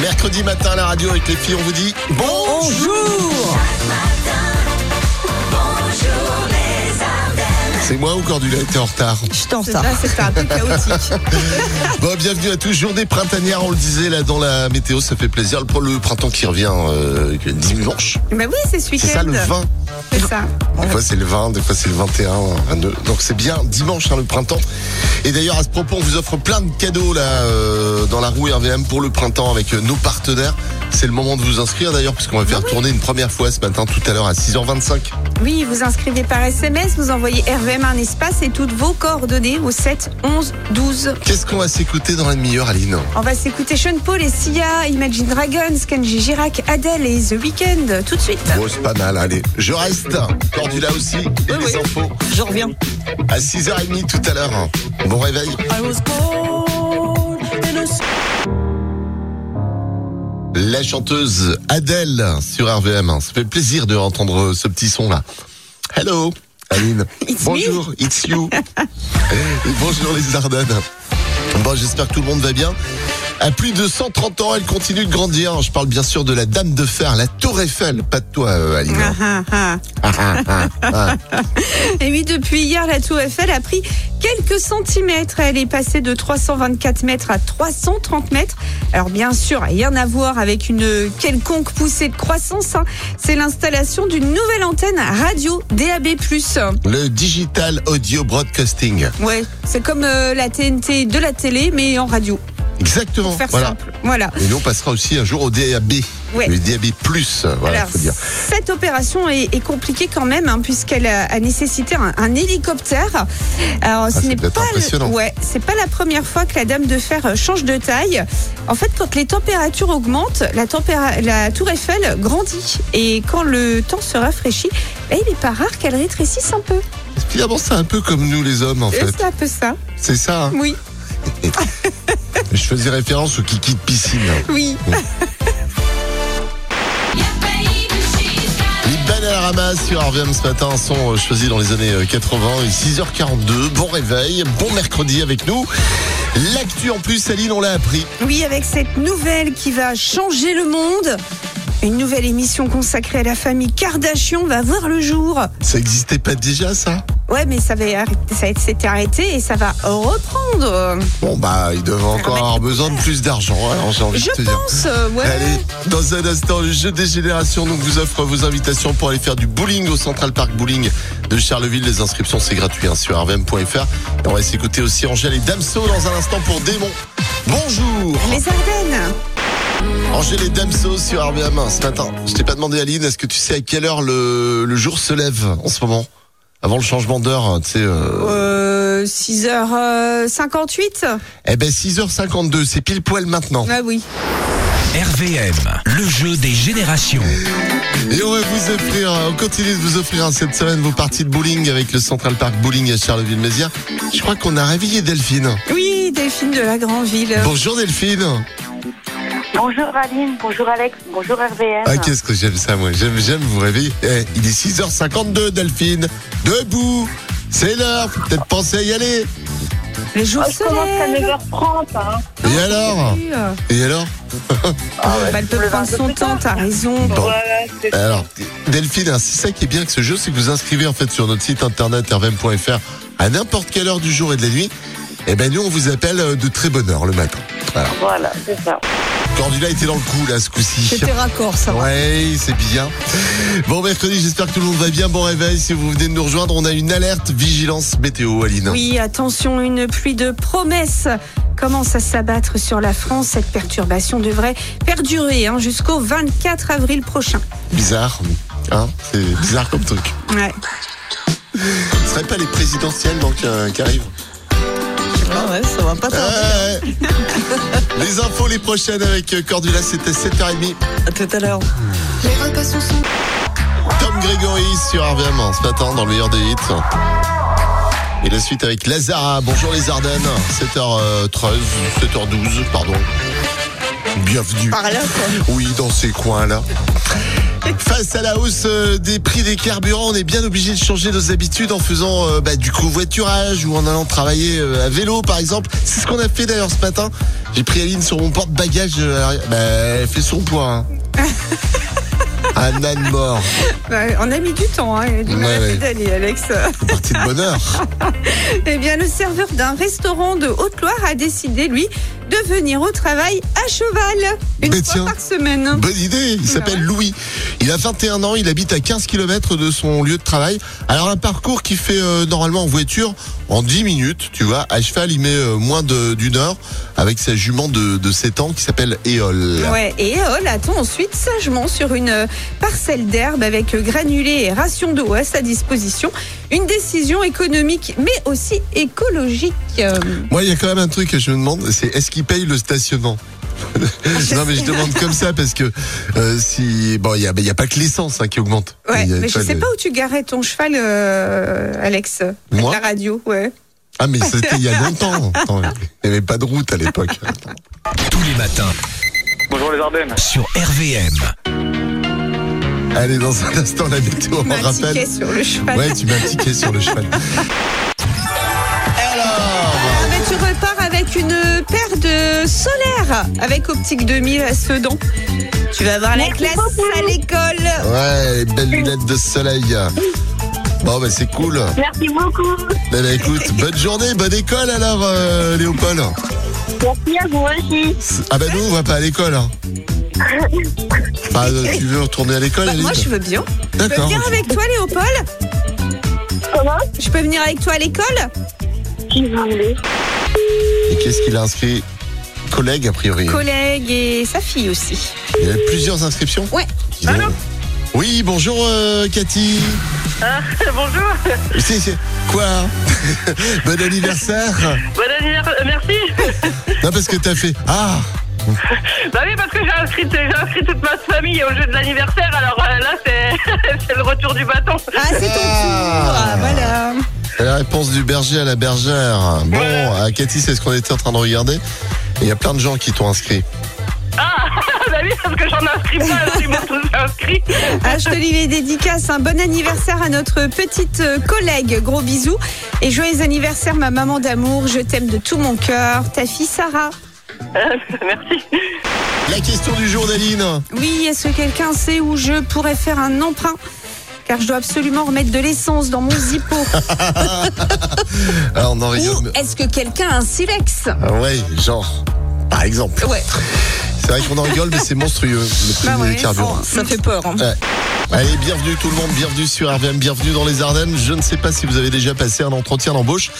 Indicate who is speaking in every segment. Speaker 1: Mercredi matin, à la radio avec les filles, on vous dit
Speaker 2: Bonjour
Speaker 1: c'est moi ou Cordula était en retard.
Speaker 2: Je t'en
Speaker 3: C'est ça, c'était un peu chaotique.
Speaker 1: Bon, bienvenue à tous. Journée printanière, on le disait là dans la météo, ça fait plaisir. Le- Le printemps qui revient euh, dimanche,
Speaker 3: Mais oui, c'est ce week-end.
Speaker 1: c'est ça le 20.
Speaker 3: C'est ça.
Speaker 1: Des fois c'est le 20, des fois c'est le 21, 22. Donc c'est bien dimanche hein, le printemps. Et d'ailleurs à ce propos on vous offre plein de cadeaux là euh, dans la roue RVM pour le printemps avec euh, nos partenaires. C'est le moment de vous inscrire d'ailleurs puisqu'on va faire tourner une première fois ce matin tout à l'heure à 6h25.
Speaker 3: Oui, vous inscrivez par SMS, vous envoyez RVM un espace et toutes vos coordonnées au 7 11 12.
Speaker 1: Qu'est-ce qu'on va s'écouter dans la demi-heure Aline
Speaker 3: On va s'écouter Sean Paul et Sia, Imagine Dragons, Kenji Girac, Adele et The Weeknd tout de suite.
Speaker 1: Bon c'est pas mal, allez. Je reste, Cordula aussi, et les
Speaker 2: oui.
Speaker 1: infos
Speaker 2: Je reviens.
Speaker 1: à 6h30 tout à l'heure. Bon réveil. La chanteuse Adèle sur RVM. Ça fait plaisir de entendre ce petit son là. Hello, Aline.
Speaker 3: It's me.
Speaker 1: bonjour, it's you. Et bonjour les Ardennes. Bon, j'espère que tout le monde va bien. À plus de 130 ans, elle continue de grandir. Je parle bien sûr de la Dame de Fer, la Tour Eiffel. Pas de toi, euh, Aline.
Speaker 3: Ah, ah, ah.
Speaker 1: Ah, ah, ah, ah.
Speaker 3: Et oui, depuis hier, la Tour Eiffel a pris quelques centimètres. Elle est passée de 324 mètres à 330 mètres. Alors bien sûr, rien à voir avec une quelconque poussée de croissance. hein. C'est l'installation d'une nouvelle antenne radio DAB+.
Speaker 1: Le Digital Audio Broadcasting.
Speaker 3: Ouais, c'est comme euh, la TNT de la télé, mais en radio.
Speaker 1: Exactement.
Speaker 3: Pour faire
Speaker 1: Voilà.
Speaker 3: simple. Voilà.
Speaker 1: Et nous, on passera aussi un jour au DAB.
Speaker 3: Ouais.
Speaker 1: Le DAB+, voilà,
Speaker 3: Alors,
Speaker 1: faut dire.
Speaker 3: cette opération est, est compliquée quand même, hein, puisqu'elle a, a nécessité un, un hélicoptère. Alors, ce
Speaker 1: Ah, c'est
Speaker 3: n'est
Speaker 1: peut-être
Speaker 3: pas, le-
Speaker 1: impressionnant.
Speaker 3: ouais, c'est pas la première fois que la dame de fer euh, change de taille. En fait, quand les températures augmentent, la, tempéra- la tour Eiffel grandit. Et quand le temps se rafraîchit, bah, il n'est pas rare qu'elle rétrécisse un peu.
Speaker 1: Finalement, c'est un peu comme nous, les hommes, en
Speaker 3: Euh,
Speaker 1: fait.
Speaker 3: C'est un peu ça.
Speaker 1: C'est ça, hein
Speaker 3: Oui,
Speaker 1: Je faisais référence au kiki de piscine.
Speaker 3: oui.
Speaker 1: Liban à la ramasse sur RVM ce matin, un son euh, choisi dans les années euh, 80 et 6h42. Bon réveil, bon mercredi avec nous. L'actu en plus, Aline, on l'a appris.
Speaker 3: Oui, avec cette nouvelle qui va changer le monde. Une nouvelle émission consacrée à la famille Kardashian va voir le jour.
Speaker 1: Ça existait pas déjà, ça
Speaker 3: Ouais, mais ça, va arrêter- ça s'était arrêté et ça va reprendre.
Speaker 1: Bon, bah, ils doivent encore avoir besoin de plus d'argent, alors j'ai envie
Speaker 3: Ah, Je
Speaker 1: de te dire.
Speaker 3: pense, euh, ouais.
Speaker 1: Allez, dans un instant, le jeu des générations nous vous offre vos invitations pour aller faire du bowling au Central Park Bowling de Charleville. Les inscriptions, c'est gratuit hein, sur rvm.fr. Et on va s'écouter aussi Angèle et Damso dans un instant pour Démon. Bonjour
Speaker 3: Les Ardennes.
Speaker 1: Angèle et Damso sur RVM ce matin. Je t'ai pas demandé Aline, est-ce que tu sais à quelle heure le, le jour se lève en ce moment Avant le changement d'heure, tu sais... euh,
Speaker 3: Euh, 6h58
Speaker 1: Eh ben 6h52, c'est pile poil maintenant.
Speaker 3: Ah oui.
Speaker 4: RVM, le jeu des générations.
Speaker 1: Et on va vous offrir, on continue de vous offrir hein, cette semaine vos parties de bowling avec le Central Park Bowling à Charleville-Mézières. Je crois qu'on a réveillé Delphine.
Speaker 3: Oui, des films de la grande ville.
Speaker 1: Bonjour Delphine.
Speaker 5: Bonjour Aline, bonjour Alex, bonjour RVM.
Speaker 1: Ah, qu'est-ce que j'aime ça, moi. J'aime, j'aime vous réveiller. Eh, il est 6h52, Delphine. Debout. C'est l'heure. Faut peut-être penser à y aller.
Speaker 3: Le jour
Speaker 5: Oh, je
Speaker 3: se
Speaker 5: commence à
Speaker 3: lève.
Speaker 5: 9h30. Hein.
Speaker 1: Et alors?
Speaker 3: Oui, euh,
Speaker 1: Et alors?
Speaker 3: bah, elle peut
Speaker 5: Le
Speaker 3: prendre son
Speaker 5: 22
Speaker 3: temps, t'as raison.
Speaker 1: Bon.
Speaker 5: Voilà, c'est
Speaker 1: Alors, Delphine, hein, c'est ça qui est bien avec ce jeu, c'est que vous inscrivez en fait sur notre site internet rvm.fr à n'importe quelle heure du jour et de la nuit. Et ben nous, on vous appelle euh, de très bonne heure le matin. Voilà.
Speaker 5: voilà, c'est ça.
Speaker 1: Cordula était dans le coup là ce coup-ci.
Speaker 2: C'était raccord, ça.
Speaker 1: Ouais, c'est bien. Bon mercredi, j'espère que tout le monde va bien. Bon réveil. Si vous venez de nous rejoindre, on a une alerte vigilance météo, Aline.
Speaker 3: Oui, attention, une pluie de promesses commence à s'abattre sur la France. Cette perturbation devrait perdurer hein, jusqu'au 24 avril prochain.
Speaker 1: Bizarre, hein C'est bizarre comme truc.
Speaker 3: Ouais.
Speaker 1: Ce serait pas les présidentielles donc euh, qui arrivent
Speaker 2: Ah ouais, ça va pas
Speaker 1: Ouais,
Speaker 2: tarder.
Speaker 1: ouais. Les infos les prochaines avec euh, Cordula, c'était 7h30.
Speaker 2: À tout à l'heure.
Speaker 3: Ah,
Speaker 1: Tom Grégory sur RVM ce matin dans le meilleur des hits. Et la suite avec Lazara. Bonjour les Ardennes. euh, 7h13, 7h12, pardon. Bienvenue.
Speaker 2: Par là, quoi.
Speaker 1: Oui, dans ces coins-là. Face à la hausse euh, des prix des carburants, on est bien obligé de changer nos habitudes en faisant euh, bah, du covoiturage ou en allant travailler euh, à vélo par exemple. C'est ce qu'on a fait d'ailleurs ce matin. J'ai pris Aline sur mon porte-bagages. euh, à l'arrière. Bah, elle fait son poids. hein. Un âne mort.
Speaker 3: Bah, on a mis du temps, hein, il a du mal à
Speaker 1: Ouais, ouais.
Speaker 3: pédaler, Alex.
Speaker 1: C'est parti de bonne heure.
Speaker 3: Eh bien, le serveur d'un restaurant de Haute-Loire a décidé, lui, de venir au travail à cheval une
Speaker 1: Mais
Speaker 3: fois
Speaker 1: Eh, tiens.
Speaker 3: par semaine.
Speaker 1: Bonne idée, il s'appelle Louis. Il a 21 ans, il habite à 15 km de son lieu de travail. Alors un parcours qui fait euh, normalement en voiture en 10 minutes, tu vois. À cheval, il met euh, moins de- d'une heure avec sa jument de, de 7 ans qui s'appelle Éole.
Speaker 3: Ouais, et Eol attend ensuite sagement sur une euh, parcelle d'herbe avec euh, granulés et rations d'eau à sa disposition. Une décision économique, mais aussi écologique. Euh,
Speaker 1: Moi, il y a quand même un truc que je me demande, c'est est-ce qu'il paye le stationnement non mais je demande comme ça parce que euh, si bon il y a, ben, il y a pas que l'essence hein, qui augmente.
Speaker 3: Ouais,
Speaker 1: Il y a
Speaker 3: mais je
Speaker 1: pas
Speaker 3: sais
Speaker 1: le-
Speaker 3: pas où tu garais ton cheval, euh, Alex, avec
Speaker 1: Moi
Speaker 3: la radio. Ouais.
Speaker 1: Ah mais c'était il y a longtemps. Attends, il n'y avait pas de route à l'époque.
Speaker 4: Tous les matins
Speaker 6: Bonjour les Ardennes.
Speaker 4: sur RVM.
Speaker 1: Allez dans un instant la météo on
Speaker 3: Tu m'as
Speaker 1: rappelle.
Speaker 3: tiqué sur le cheval.
Speaker 1: Ouais, tu m'as piqué sur le cheval. Alors
Speaker 3: Ah, mais tu repars avec une paire de solaires avec optique 2000 à Sedan. Tu vas voir la
Speaker 5: Merci
Speaker 3: classe
Speaker 5: beaucoup.
Speaker 3: à l'école.
Speaker 1: Ouais, belle lunette de soleil. Bon, bah c'est cool.
Speaker 5: Merci beaucoup.
Speaker 1: Bah, bah, écoute, bonne journée, bonne école alors, euh, Léopold.
Speaker 5: Merci à vous aussi.
Speaker 1: Ah bah nous, on va pas à l'école. hein. Ah, euh, tu veux retourner à l'école,
Speaker 3: Bah,
Speaker 1: Aline
Speaker 3: moi, je veux bien. Je peux
Speaker 1: D'accord.
Speaker 3: venir avec toi, Léopold
Speaker 5: Comment
Speaker 3: Je peux venir avec toi à l'école
Speaker 5: Si vous voulez.
Speaker 1: Et qu'est-ce qu'il a inscrit Collègue, a priori.
Speaker 3: Collègue et sa fille aussi.
Speaker 1: Il y a plusieurs inscriptions
Speaker 3: Ouais.
Speaker 1: Dis donc. Oui, bonjour euh, Cathy.
Speaker 7: Bonjour,
Speaker 1: C'est- c'est- Quoi Bon anniversaire
Speaker 7: bon anniversaire, euh, merci.
Speaker 1: Non, parce que t'as fait. Ah
Speaker 7: Bah oui, parce que j'ai inscrit, j'ai inscrit toute ma famille au jeu de l'anniversaire, alors euh, là, c'est c'est le retour du bâton.
Speaker 3: Ah, c'est ton tour.
Speaker 1: Ah.
Speaker 3: Ah, voilà.
Speaker 1: C'est La réponse du berger à la bergère. Bon, à Cathy, c'est ce qu'on était en train de regarder. Et Il y a plein de gens qui t'ont inscrit.
Speaker 7: Ah, bah oui, parce que j'en inscris pas, alors ils m'ont tous inscrit.
Speaker 3: Ah, je te lis les dédicaces. Un bon anniversaire à notre petite euh, collègue. Gros bisous. Et joyeux anniversaire, ma maman d'amour. Je t'aime de tout mon cœur. Ta fille, Sarah.
Speaker 7: Euh, merci.
Speaker 1: La question du jour d'Aline.
Speaker 3: Oui, est-ce que quelqu'un sait où je pourrais faire un emprunt Car je dois absolument remettre de l'essence dans mon Zippo.
Speaker 1: Alors, Ah, on en rigole.
Speaker 3: Ou
Speaker 1: mais-
Speaker 3: est-ce que quelqu'un a un silex
Speaker 1: Ah ouais, genre. Par exemple.
Speaker 3: Ouais,
Speaker 1: C'est vrai qu'on en rigole, mais c'est monstrueux. Le prix
Speaker 3: bah
Speaker 1: des
Speaker 3: ouais.
Speaker 1: carburants.
Speaker 3: Oh, ça fait peur. hein.
Speaker 1: Allez, bienvenue tout le monde, bienvenue sur RVM, bienvenue dans les Ardennes. Je ne sais pas si vous avez déjà passé un entretien d'embauche,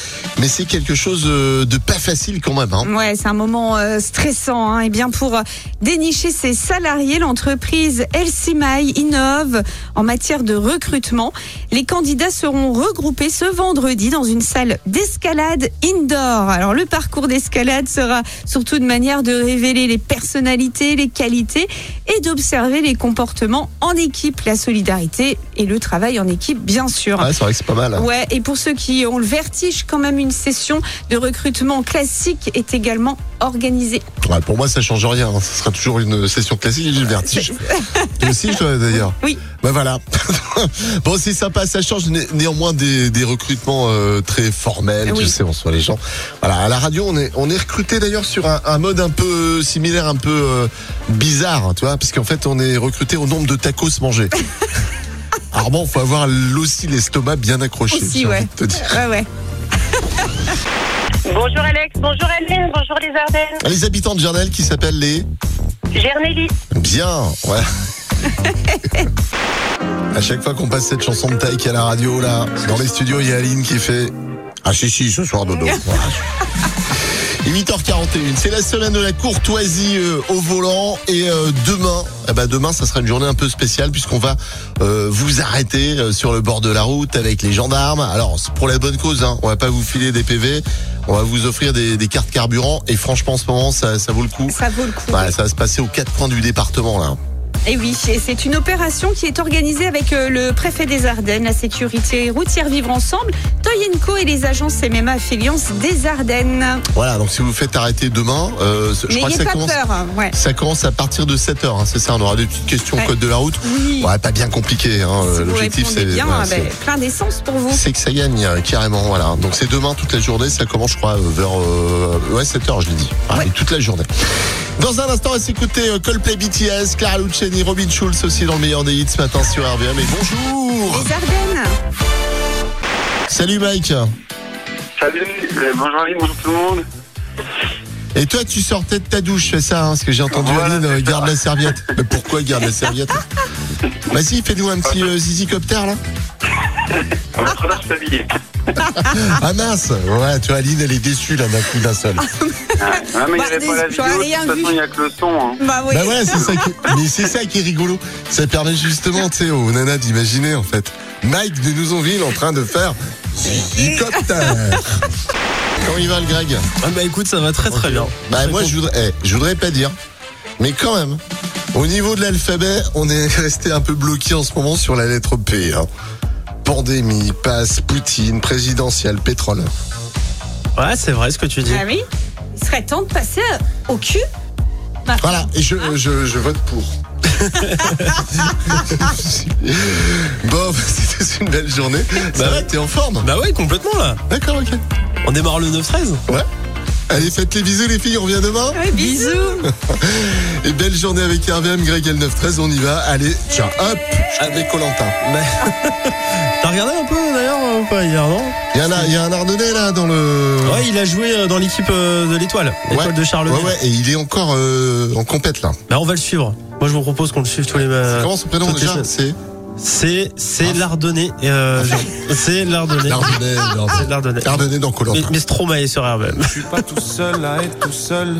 Speaker 1: mais c'est quelque chose euh, de pas facile quand même. hein.
Speaker 3: Ouais, c'est un moment euh, stressant. hein. Et bien pour euh, dénicher ses salariés, l'entreprise Elsimai innove en matière de recrutement. Les candidats seront regroupés ce vendredi dans une salle d'escalade indoor. Alors le parcours d'escalade sera surtout une manière de révéler les personnalités, les qualités et d'observer les comportements en équipe, la solidarité et le travail en équipe, bien sûr.
Speaker 1: Ouais, c'est vrai que c'est pas mal. hein.
Speaker 3: Ouais, et pour ceux qui ont le vertige, quand même une session de recrutement classique est également organisée.
Speaker 1: Ouais, pour moi, ça change rien. hein. Ce sera toujours une session classique. J'ai le vertige. Toi aussi, toi, d'ailleurs.
Speaker 3: Oui.
Speaker 1: Ben voilà. bon, c'est sympa. Ça change né- néanmoins des, des recrutements euh, très formels. Tu
Speaker 3: Oui.
Speaker 1: sais, on soit les gens. Voilà. À la radio, on est, on est recruté d'ailleurs sur un, un mode un peu euh, similaire, un peu euh, bizarre, tu vois, parce qu'en fait, on est recruté au nombre de tacos mangés. Alors bon, faut avoir l- aussi l'estomac bien accroché.
Speaker 3: Aussi,
Speaker 1: j'ai envie
Speaker 3: ouais.
Speaker 1: de te dire.
Speaker 3: Ouais, ouais.
Speaker 7: Bonjour Alex, bonjour Aline, bonjour les Ardennes.
Speaker 1: Les habitants de Jardel qui s'appellent les
Speaker 7: Gernélie.
Speaker 1: Bien, ouais. à chaque fois qu'on passe cette chanson de taille à la radio, là, dans les studios, il y a Aline qui fait Ah, si, si, ce soir, dodo. Voilà. Il est 8h41, c'est la semaine de la courtoisie euh, au volant et euh, demain, eh ben, demain ça sera une journée un peu spéciale puisqu'on va euh, vous arrêter euh, sur le bord de la route avec les gendarmes. Alors c'est pour la bonne cause, hein, on va pas vous filer des PV, on va vous offrir des, des cartes carburant et franchement en ce moment ça, ça vaut le coup.
Speaker 3: Ça vaut le coup.
Speaker 1: Ouais, ça va se passer aux quatre coins du département là.
Speaker 3: Et oui, et c'est une opération qui est organisée avec euh, le préfet des Ardennes, la sécurité routière Vivre Ensemble, Toyenco et les agences MMA Affiliance des Ardennes.
Speaker 1: Voilà, donc si vous faites arrêter demain, euh, je crois que ça
Speaker 3: N'ayez pas
Speaker 1: commence.
Speaker 3: peur. hein, Ouais.
Speaker 1: Ça commence à partir de 7h, hein, c'est ça On aura des petites questions
Speaker 3: Ouais.
Speaker 1: code de la route.
Speaker 3: Oui.
Speaker 1: Ouais, pas bien compliqué. Hein,
Speaker 3: si
Speaker 1: euh,
Speaker 3: vous
Speaker 1: L'objectif,
Speaker 3: répondez
Speaker 1: c'est
Speaker 3: bien,
Speaker 1: voilà,
Speaker 3: ah ben,
Speaker 1: c'est-
Speaker 3: plein d'essence pour vous.
Speaker 1: c'est que ça gagne euh, carrément. Voilà. Donc c'est demain toute la journée. Ça commence, je crois, euh, vers euh, ouais, 7h, je l'ai dit. Ouais, mais Toute la journée. Dans un instant, on va s'écouter euh, Coldplay BTS, Clara Luciani, Robin Schulz aussi dans le meilleur des hits ce matin sur RVM. Et bonjour
Speaker 3: Les Ardennes.
Speaker 1: Salut Mike
Speaker 6: Salut, euh, bonjour Aline, bonjour tout le monde.
Speaker 1: Et toi, tu sortais de ta douche, c'est ça, hein, ce que j'ai entendu,
Speaker 6: Voilà,
Speaker 1: Aline,
Speaker 6: c'est
Speaker 1: euh,
Speaker 6: ça.
Speaker 1: garde la serviette. Mais pourquoi garde la serviette Vas-y, fais-nous un petit euh, zizicoptère, là.
Speaker 6: On va prendre un tablier.
Speaker 1: Ah mince Ouais, tu vois, Aline, elle est déçue, là, d'un coup, d'un seul.
Speaker 6: Ah, mais il
Speaker 3: Bah,
Speaker 6: n'y avait pas la
Speaker 3: des-
Speaker 6: vidéo,
Speaker 3: j'aurais
Speaker 6: de
Speaker 3: rien
Speaker 6: toute
Speaker 3: vu.
Speaker 6: façon, il n'y a que le son. hein.
Speaker 3: Bah oui.
Speaker 1: Bah ouais, c'est ça qui, mais c'est ça qui est rigolo. Ça permet justement, tu sais, aux nanas d'imaginer, en fait. Mike de Nouzonville en train de faire zizicoptère. Comment il va, le Greg
Speaker 8: Ah bah écoute, ça va très très bien.
Speaker 1: Bah, moi, je voudrais, eh, je voudrais pas dire, mais quand même, au niveau de l'alphabet, on est resté un peu bloqué en ce moment sur la lettre P. hein. Pandémie, passe, Poutine, présidentielle, pétrole.
Speaker 8: Ouais, c'est vrai ce que tu dis.
Speaker 1: Bah,
Speaker 3: Ah oui. Il serait temps de passer euh, au cul. Marc.
Speaker 1: Voilà, et je, je, je vote pour. bon, bah, c'était une belle journée. Ça
Speaker 8: Bah
Speaker 1: va,
Speaker 8: ouais.
Speaker 1: t'es en forme
Speaker 8: Bah ouais, complètement là.
Speaker 1: D'accord, ok.
Speaker 8: On démarre le 9-13.
Speaker 1: Ouais. Allez, faites les bisous, les filles, on revient demain.
Speaker 3: Ouais, bisous.
Speaker 1: Et belle journée avec RVM, Greg L913, on y va. Allez, tiens, hop, avec Colantin.
Speaker 8: Bah, T'as regardé un peu d'ailleurs euh, ou pas hier, non
Speaker 1: Il y, en a- il y a un Ardennais là dans le.
Speaker 8: Ouais, il a joué euh, dans l'équipe euh, de l'étoile, l'étoile
Speaker 1: Ouais.
Speaker 8: de Charleville.
Speaker 1: Ouais, ouais, et il est encore euh, en compète là.
Speaker 8: Bah on va le suivre. Moi je vous propose qu'on le suive tous les euh,
Speaker 1: Comment son prénom
Speaker 8: toutes les
Speaker 1: déjà
Speaker 8: semaines.
Speaker 1: C'est
Speaker 8: C'est c'est l'Ardennais. euh, je- c'est l'Ardennais.
Speaker 1: l'Ardennais.
Speaker 8: C'est
Speaker 1: l'Ardennais.
Speaker 8: l'Ardennais.
Speaker 1: L'Ardennais dans
Speaker 8: Mais,
Speaker 1: Colanta.
Speaker 8: mais Stromae sur RBM.
Speaker 9: Je suis pas tout seul à être tout seul.